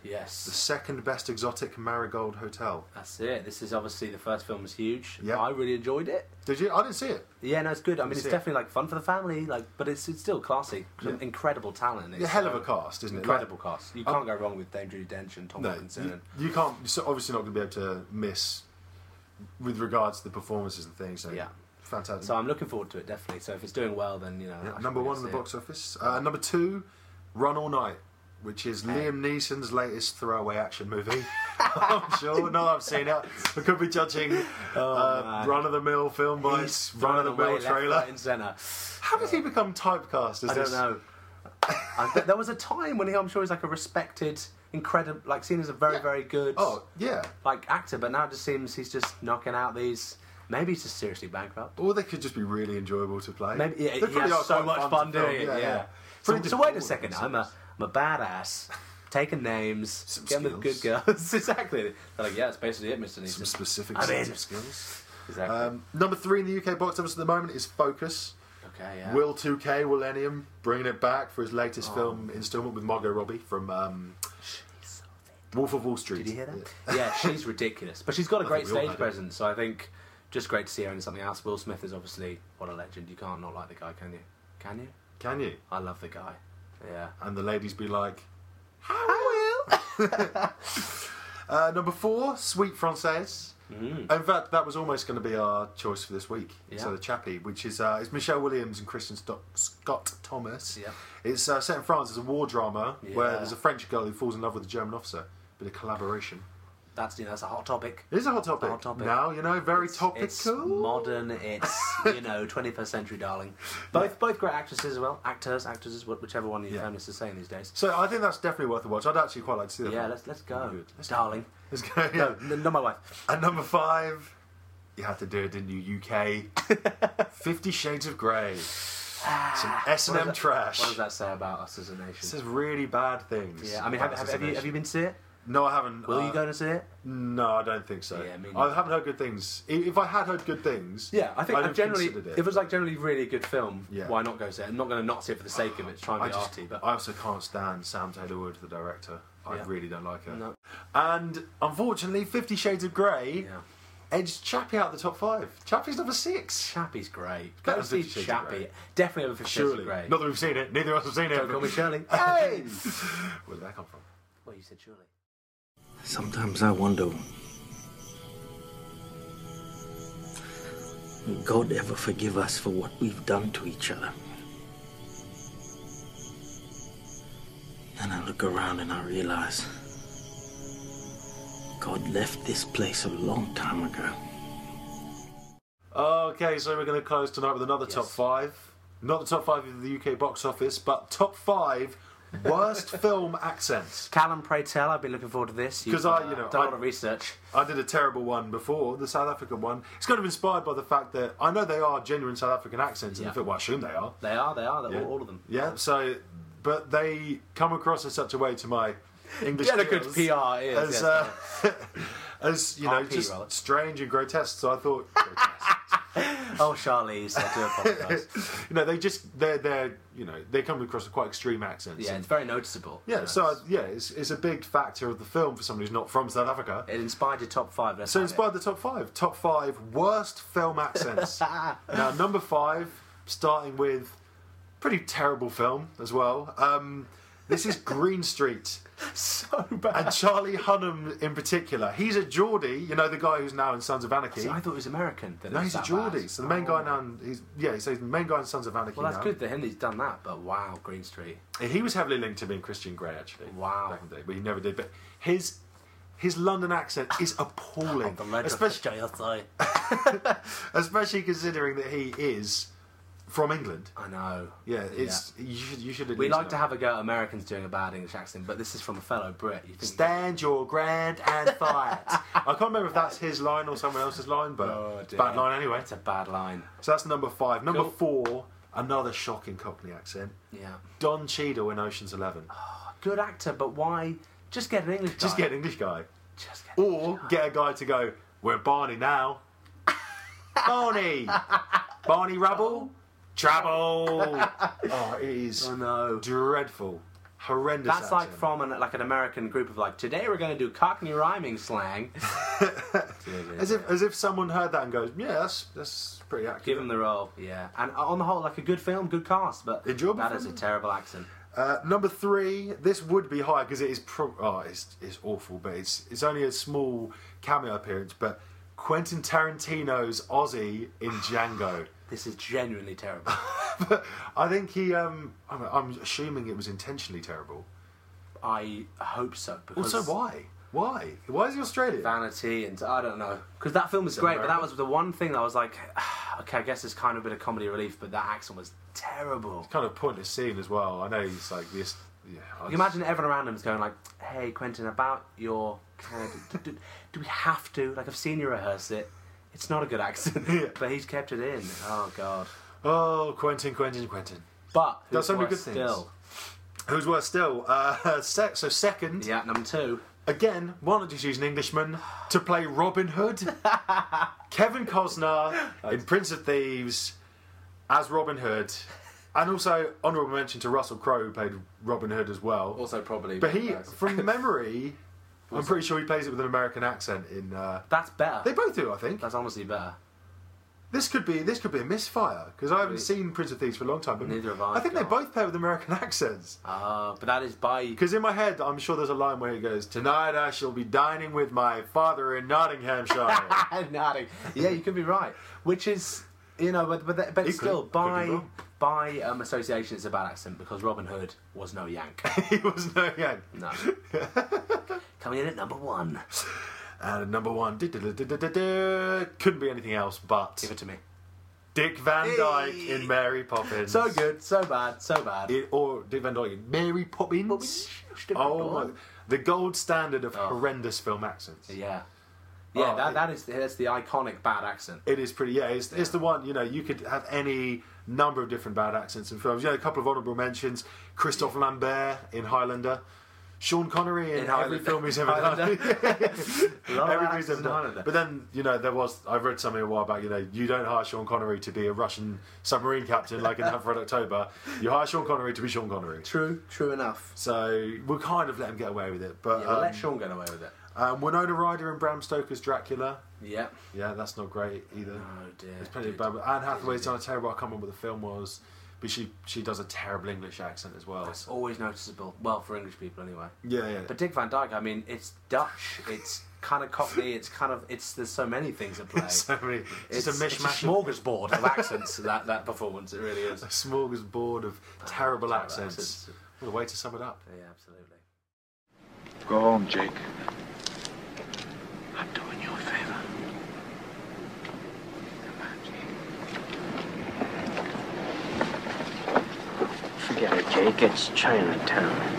Speaker 1: the
Speaker 2: Yes.
Speaker 1: second best exotic Marigold Hotel.
Speaker 2: That's it. This is obviously the first film was huge.
Speaker 1: Yeah.
Speaker 2: I really enjoyed it.
Speaker 1: Did you? I didn't see it.
Speaker 2: Yeah, no, it's good. I mean,
Speaker 1: me
Speaker 2: it's
Speaker 1: see it.
Speaker 2: definitely like fun for the family, like, but it's, it's still classy. Some Incredible talent. It's
Speaker 1: A hell of a
Speaker 2: uh,
Speaker 1: cast, isn't it?
Speaker 2: Incredible
Speaker 1: Like-
Speaker 2: cast. You can't go wrong with Dame Judy Dench and Tom
Speaker 1: No,
Speaker 2: Wilkinson.
Speaker 1: you,
Speaker 2: and-
Speaker 1: you can't. You're so- obviously not going to be able to miss with regards to the performances and things. So
Speaker 2: Yeah.
Speaker 1: fantastic.
Speaker 2: So I'm looking forward to it definitely. So if it's doing well, then you know. I
Speaker 1: Yeah,
Speaker 2: should
Speaker 1: number
Speaker 2: go
Speaker 1: one in the
Speaker 2: see it.
Speaker 1: box office. Uh, number two, Run All Night, which is Liam Neeson's latest throwaway action movie. I'm sure. No, I've seen it. I could be judging uh, run of the mill film by its
Speaker 2: Oh, He's
Speaker 1: run of the
Speaker 2: thrown away
Speaker 1: mill
Speaker 2: left, right,
Speaker 1: trailer.
Speaker 2: and centre.
Speaker 1: How does he become typecast? As
Speaker 2: I don't
Speaker 1: this?
Speaker 2: know. I, th- there was a time when he, I'm sure, he's like a respected, incredible, like seen as a very, very good,
Speaker 1: Oh yeah.
Speaker 2: like actor. But now it just seems he's just knocking out these. Maybe he's just seriously bankrupt.
Speaker 1: Or they could just be really enjoyable to play.
Speaker 2: Maybe yeah,
Speaker 1: They
Speaker 2: he
Speaker 1: probably are
Speaker 2: has so
Speaker 1: quite
Speaker 2: much fun,
Speaker 1: to film.
Speaker 2: doing it. Yeah. So,
Speaker 1: Pretty
Speaker 2: so wait a
Speaker 1: difficult
Speaker 2: second.
Speaker 1: in
Speaker 2: I'm a, I'm a badass. Taking names,
Speaker 1: Some
Speaker 2: getting with good
Speaker 1: skills.
Speaker 2: girls. exactly. They're like, yeah, that's basically it, Mister Neeson.
Speaker 1: some specific
Speaker 2: I'm
Speaker 1: sets
Speaker 2: in.
Speaker 1: of skills.
Speaker 2: Exactly.
Speaker 1: Um, number three in the UK box office at the moment is Focus.
Speaker 2: okay. Yeah. Oh.
Speaker 1: Will 2K, Millennium, bringing it back for his latest film installment with Margot Robbie from um, Wolf of Wall Street.
Speaker 2: Did you hear that? Yeah, she's ridiculous, but she's got a great
Speaker 1: we all
Speaker 2: stage
Speaker 1: heard it.
Speaker 2: presence. So I think just great to see her in something else. Will Smith is obviously what a legend. You can't not like the guy, can you? Can you?
Speaker 1: Can you?
Speaker 2: I love the guy. Yeah.
Speaker 1: And the ladies be like, I will. uh, number four, Sweet Francaise. In fact, that was almost going to be our choice for this week instead
Speaker 2: Mm. Yeah.
Speaker 1: of Chappie, which is uh, it's Michelle Williams and Kristen Sto- Scott Thomas.
Speaker 2: Yeah.
Speaker 1: It's uh, set in France. It's a war drama where
Speaker 2: Yeah.
Speaker 1: there's a French girl who falls in love with a German officer. Bit of collaboration.
Speaker 2: That's you know that's a hot topic.
Speaker 1: It is a hot topic.
Speaker 2: hot topic.
Speaker 1: Now, you know, very topical.
Speaker 2: It's modern. It's you know 21st century, darling. Both both great actresses as well, actors, actresses, wh- whichever one you
Speaker 1: Yeah.
Speaker 2: feminists are saying these days.
Speaker 1: So I think that's definitely worth a watch. I'd actually quite like to see that.
Speaker 2: Yeah,
Speaker 1: film.
Speaker 2: let's let's go,
Speaker 1: Good. Let's go.
Speaker 2: darling.
Speaker 1: Let's go. Yeah.
Speaker 2: No, n- not my wife.
Speaker 1: At number five, you had to do it, didn't you? UK, Fifty Shades of Grey, some S and
Speaker 2: Ah, What does
Speaker 1: M
Speaker 2: that-
Speaker 1: trash.
Speaker 2: What does that say about us as a nation?
Speaker 1: This is really bad things.
Speaker 2: yeah, I mean,
Speaker 1: about
Speaker 2: have,
Speaker 1: us as
Speaker 2: have,
Speaker 1: a
Speaker 2: have you have
Speaker 1: nation.
Speaker 2: you been to see it?
Speaker 1: No, I haven't.
Speaker 2: Will
Speaker 1: uh,
Speaker 2: you go to see it?
Speaker 1: No, I don't think so.
Speaker 2: Yeah, me
Speaker 1: I
Speaker 2: neither.
Speaker 1: haven't heard good things. I- If I had heard good things,
Speaker 2: Yeah, I think
Speaker 1: I'd
Speaker 2: I
Speaker 1: have
Speaker 2: generally,
Speaker 1: considered
Speaker 2: if it was like generally really a good film,
Speaker 1: Yeah.
Speaker 2: why not go see it? I'm not going to not see it for the sake of it, try and
Speaker 1: I
Speaker 2: be
Speaker 1: just,
Speaker 2: arty, but
Speaker 1: I also can't stand Sam Taylor Wood, the director. I
Speaker 2: Yeah.
Speaker 1: really don't like her.
Speaker 2: No.
Speaker 1: And unfortunately, Fifty Shades of Grey
Speaker 2: yeah.
Speaker 1: edged Chappie out of the top five. Chappie's number six.
Speaker 2: Chappie's great.
Speaker 1: That
Speaker 2: Go
Speaker 1: was
Speaker 2: see
Speaker 1: Fifty Shades of
Speaker 2: Chappie.
Speaker 1: Grey.
Speaker 2: Definitely over Fifty Shades
Speaker 1: Surely.
Speaker 2: of Grey.
Speaker 1: Not that we've seen it. Neither of us have seen it.
Speaker 2: Don't call me Shirley.
Speaker 1: Hey! Where did that come from?
Speaker 2: well, you said Shirley.
Speaker 5: Sometimes I wonder will God ever forgive us for what we've done to each other? Then I look around and I realize God left this place a long time ago.
Speaker 1: Okay, so we're going to close tonight with another top five. Not the top five of the UK box office, but top five worst film accents.
Speaker 2: Callum, pray tell. I've been looking forward to this. You've,
Speaker 1: 'Cause I, you know,
Speaker 2: done
Speaker 1: I-
Speaker 2: a lot of research.
Speaker 1: I did a terrible one before, the South African one. It's kind of inspired by the fact that I know they are genuine South African accents in
Speaker 2: Yeah.
Speaker 1: the film. Well, I assume they are.
Speaker 2: They are, they are, they're
Speaker 1: Yeah.
Speaker 2: all, all of them.
Speaker 1: Yeah, so, but they come across in such a way to my English.
Speaker 2: Get a good
Speaker 1: skills
Speaker 2: PR is.
Speaker 1: As,
Speaker 2: yes.
Speaker 1: uh, as you know,
Speaker 2: RP
Speaker 1: just
Speaker 2: rather.
Speaker 1: strange and grotesque. So I thought, grotesque.
Speaker 2: oh, Charlize, I do apologise.
Speaker 1: you know, they just they're they're you know they come across with quite extreme accents.
Speaker 2: yeah,
Speaker 1: and-
Speaker 2: it's very noticeable.
Speaker 1: yeah.
Speaker 2: You know,
Speaker 1: So I,
Speaker 2: it's-
Speaker 1: yeah, it's, it's a big factor of the film for someone who's not from South Africa.
Speaker 2: it inspired your top five. Let's
Speaker 1: So
Speaker 2: have it.
Speaker 1: inspired the top five. Top five worst film accents. now number five, starting with pretty terrible film as well. Um, this is Green Street.
Speaker 2: so bad.
Speaker 1: And Charlie Hunnam in particular. He's a Geordie, you know, the guy who's now in Sons of Anarchy.
Speaker 2: I thought he was American. that it
Speaker 1: No,
Speaker 2: was
Speaker 1: he's a
Speaker 2: that
Speaker 1: Geordie.
Speaker 2: bad.
Speaker 1: So the main guy
Speaker 2: Oh.
Speaker 1: now, in- he's yeah, so he's the main guy in Sons of Anarchy.
Speaker 2: Well, that's
Speaker 1: now.
Speaker 2: good that him that he's done that, but wow, Green Street.
Speaker 1: He was heavily linked to being Christian Grey, actually.
Speaker 2: Wow.
Speaker 1: back in the day, but he never did. But his his London accent is
Speaker 2: Oh,
Speaker 1: appalling, especially
Speaker 2: JSI.
Speaker 1: especially considering that he is from England.
Speaker 2: I know.
Speaker 1: Yeah, it's you should you should. at
Speaker 2: We
Speaker 1: least
Speaker 2: like to
Speaker 1: know.
Speaker 2: have a go at Americans doing a bad English accent, but this is from a fellow Brit. You think
Speaker 1: stand your ground and fight. I can't remember if that's his line or someone else's line, but
Speaker 2: Oh,
Speaker 1: it's a
Speaker 2: dear.
Speaker 1: bad line anyway.
Speaker 2: That's a bad line.
Speaker 1: So that's number five. Number
Speaker 2: Cool.
Speaker 1: four, another shocking Cockney accent.
Speaker 2: Yeah. Oh,
Speaker 1: Don Cheadle in Ocean's Eleven.
Speaker 2: good actor, but why? Just get an English guy.
Speaker 1: Just get Oh, an English guy.
Speaker 2: Just get an
Speaker 1: Or get a guy to go, we're Barney now. Barney! Barney Rubble? Trouble! oh, it is
Speaker 2: I know.
Speaker 1: dreadful. Horrendous.
Speaker 2: That's like
Speaker 1: acting.
Speaker 2: from an, like an American group of like today we're going to do Cockney rhyming slang.
Speaker 1: As if, as if someone heard that and goes, yeah, that's, that's pretty accurate.
Speaker 2: Give him the role, yeah. And uh, on the whole, like a good film, good cast, but
Speaker 1: Enjoyable
Speaker 2: that
Speaker 1: film.
Speaker 2: is a terrible accent.
Speaker 1: Uh, number three, this would be high because it is pro- oh, it's, it's awful, but it's it's only a small cameo appearance. But Quentin Tarantino's Aussie in Django.
Speaker 2: This is genuinely terrible.
Speaker 1: I think he. Um, I'm, I'm assuming it was intentionally terrible.
Speaker 2: I hope so. Because
Speaker 1: Also, why? Why? Why is he Australian?
Speaker 2: Vanity and I don't know because that film was
Speaker 1: it
Speaker 2: great, but that
Speaker 1: American?
Speaker 2: was the one thing that I was like, okay, I guess it's kind of a bit of comedy relief, but that accent was terrible.
Speaker 1: kind of pointless scene as well. I know he's like this. Yeah, I
Speaker 2: You imagine everyone around him is going like, "Hey, Quentin, about your kind of- do, do- do we have to? Like, I've seen you rehearse it. It's not a good accent, but he's kept it in. Oh God!
Speaker 1: Oh, Quentin, Quentin, Quentin.
Speaker 2: But
Speaker 1: There's so many
Speaker 2: who's
Speaker 1: good
Speaker 2: worse
Speaker 1: things. Who's worse still? Uh, sec- so second,
Speaker 2: Yeah, number two.
Speaker 1: Again, why not just use an Englishman to play Robin Hood? Kevin Cosner in Prince of Thieves as Robin Hood. And also, honourable mention to Russell Crowe, who played Robin Hood as well.
Speaker 2: Also, probably.
Speaker 1: but he, from memory, I'm pretty sure he plays it with an American accent in. Uh,
Speaker 2: that's better.
Speaker 1: they both do, I think.
Speaker 2: That's honestly better.
Speaker 1: This could be this could be a misfire because I haven't seen Prince of Thieves for a long time. But
Speaker 2: Neither have I,
Speaker 1: I think they
Speaker 2: God.
Speaker 1: both play with American accents.
Speaker 2: Uh, but that is by
Speaker 1: Because in my head, I'm sure there's a line where he goes, "Tonight I shall be dining with my father in Nottinghamshire."
Speaker 2: Nodding. Yeah, you could be right. Which is, you know, but but, but
Speaker 1: It
Speaker 2: still,
Speaker 1: could- could
Speaker 2: by
Speaker 1: be wrong.
Speaker 2: by um, association, it's a bad accent because Robin Hood was no Yank.
Speaker 1: he was no yank.
Speaker 2: No. Coming in at number one.
Speaker 1: And number one, du- du- du- du- du- du- du, couldn't be anything else but
Speaker 2: Give it to me.
Speaker 1: Dick Van Dyke
Speaker 2: Hey.
Speaker 1: in Mary Poppins.
Speaker 2: So good, so bad, so bad.
Speaker 1: It- or Dick Van Dyke in Mary Poppins.
Speaker 2: Poppins. Oh.
Speaker 1: Oh my! The gold standard of horrendous film accents.
Speaker 2: Yeah, yeah.
Speaker 1: Oh,
Speaker 2: that
Speaker 1: it-
Speaker 2: that is that's the iconic bad accent.
Speaker 1: It is pretty, yeah. It's, it's the one you know. You could have any number of different bad accents in films. You know, a couple of honourable mentions: Christophe Lambert in Highlander, Sean Connery in,
Speaker 2: In
Speaker 1: every
Speaker 2: Highlander.
Speaker 1: film he's ever done.
Speaker 2: Highlander. Love
Speaker 1: Everything
Speaker 2: accents
Speaker 1: he's ever
Speaker 2: in
Speaker 1: done.
Speaker 2: Highlander.
Speaker 1: But then you know, there was I read something a while back. You know, you don't hire Sean Connery to be a Russian submarine captain like in Hunt for Red October. You hire Sean Connery to be Sean Connery.
Speaker 2: True, true enough.
Speaker 1: So we'll kind of let him get away with it. But
Speaker 2: Yeah, well, let
Speaker 1: um,
Speaker 2: Sean get away with it.
Speaker 1: um, Winona Ryder in Bram Stoker's Dracula.
Speaker 2: Yeah.
Speaker 1: Yeah, that's not great either.
Speaker 2: Oh, dear,
Speaker 1: There's plenty of
Speaker 2: dude.
Speaker 1: bad. Anne Hathaway's done a terrible. I can't remember what the film was, but she she does a terrible English accent as well.
Speaker 2: It's always noticeable. Well, for English people anyway.
Speaker 1: Yeah, yeah.
Speaker 2: But Dick Van Dyke, I mean, it's Dutch. It's kind of Cockney. It's kind of it's. There's so many things at play.
Speaker 1: so many, it's, a
Speaker 2: it's
Speaker 1: mishmash, of-
Speaker 2: smorgasbord of accents. That that performance, it really is.
Speaker 1: a smorgasbord of terrible accents.
Speaker 2: accents.
Speaker 1: What a way to sum it up.
Speaker 2: Yeah, absolutely.
Speaker 9: Go home, Jake.
Speaker 5: I'm doing you a favor. Come on, Jake. Forget it, Jake. It's Chinatown.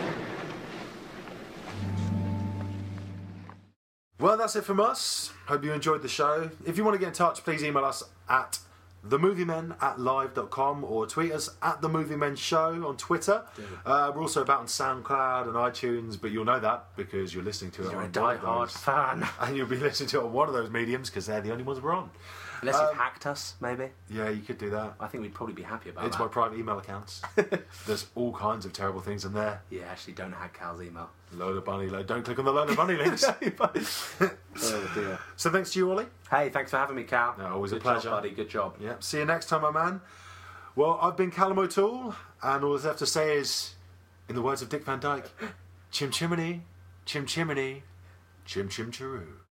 Speaker 1: Well, that's it from us. Hope you enjoyed the show. If you want to get in touch, please email us at themoviemen at live.com or tweet us at the Movie Men show on Twitter. Uh, we're also about on SoundCloud and iTunes, but you'll know that because you're listening to it
Speaker 2: You're
Speaker 1: on
Speaker 2: a
Speaker 1: one of
Speaker 2: diehard
Speaker 1: those.
Speaker 2: fan.
Speaker 1: and you'll be listening to it on one of those mediums because they're the only ones we're on.
Speaker 2: Unless you've hacked us, maybe.
Speaker 1: Yeah, you could do that.
Speaker 2: Um, I think we'd probably be happy about
Speaker 1: Into
Speaker 2: that.
Speaker 1: my private email accounts. There's all kinds of terrible things in there.
Speaker 2: yeah, actually, don't hack Cal's email.
Speaker 1: Loader bunny, lo- don't click on the loader bunny links.
Speaker 2: Oh dear.
Speaker 1: so thanks to you, Ollie.
Speaker 2: Hey, thanks for having me, Cal.
Speaker 1: No, always a
Speaker 2: Good
Speaker 1: pleasure.
Speaker 2: job, buddy. Good job.
Speaker 1: Yeah. See you next time, my man. Well, I've been Callum O'Toole, and all I have to say is, in the words of Dick Van Dyke, chim chimney, chim chimney, chim chim chiroo.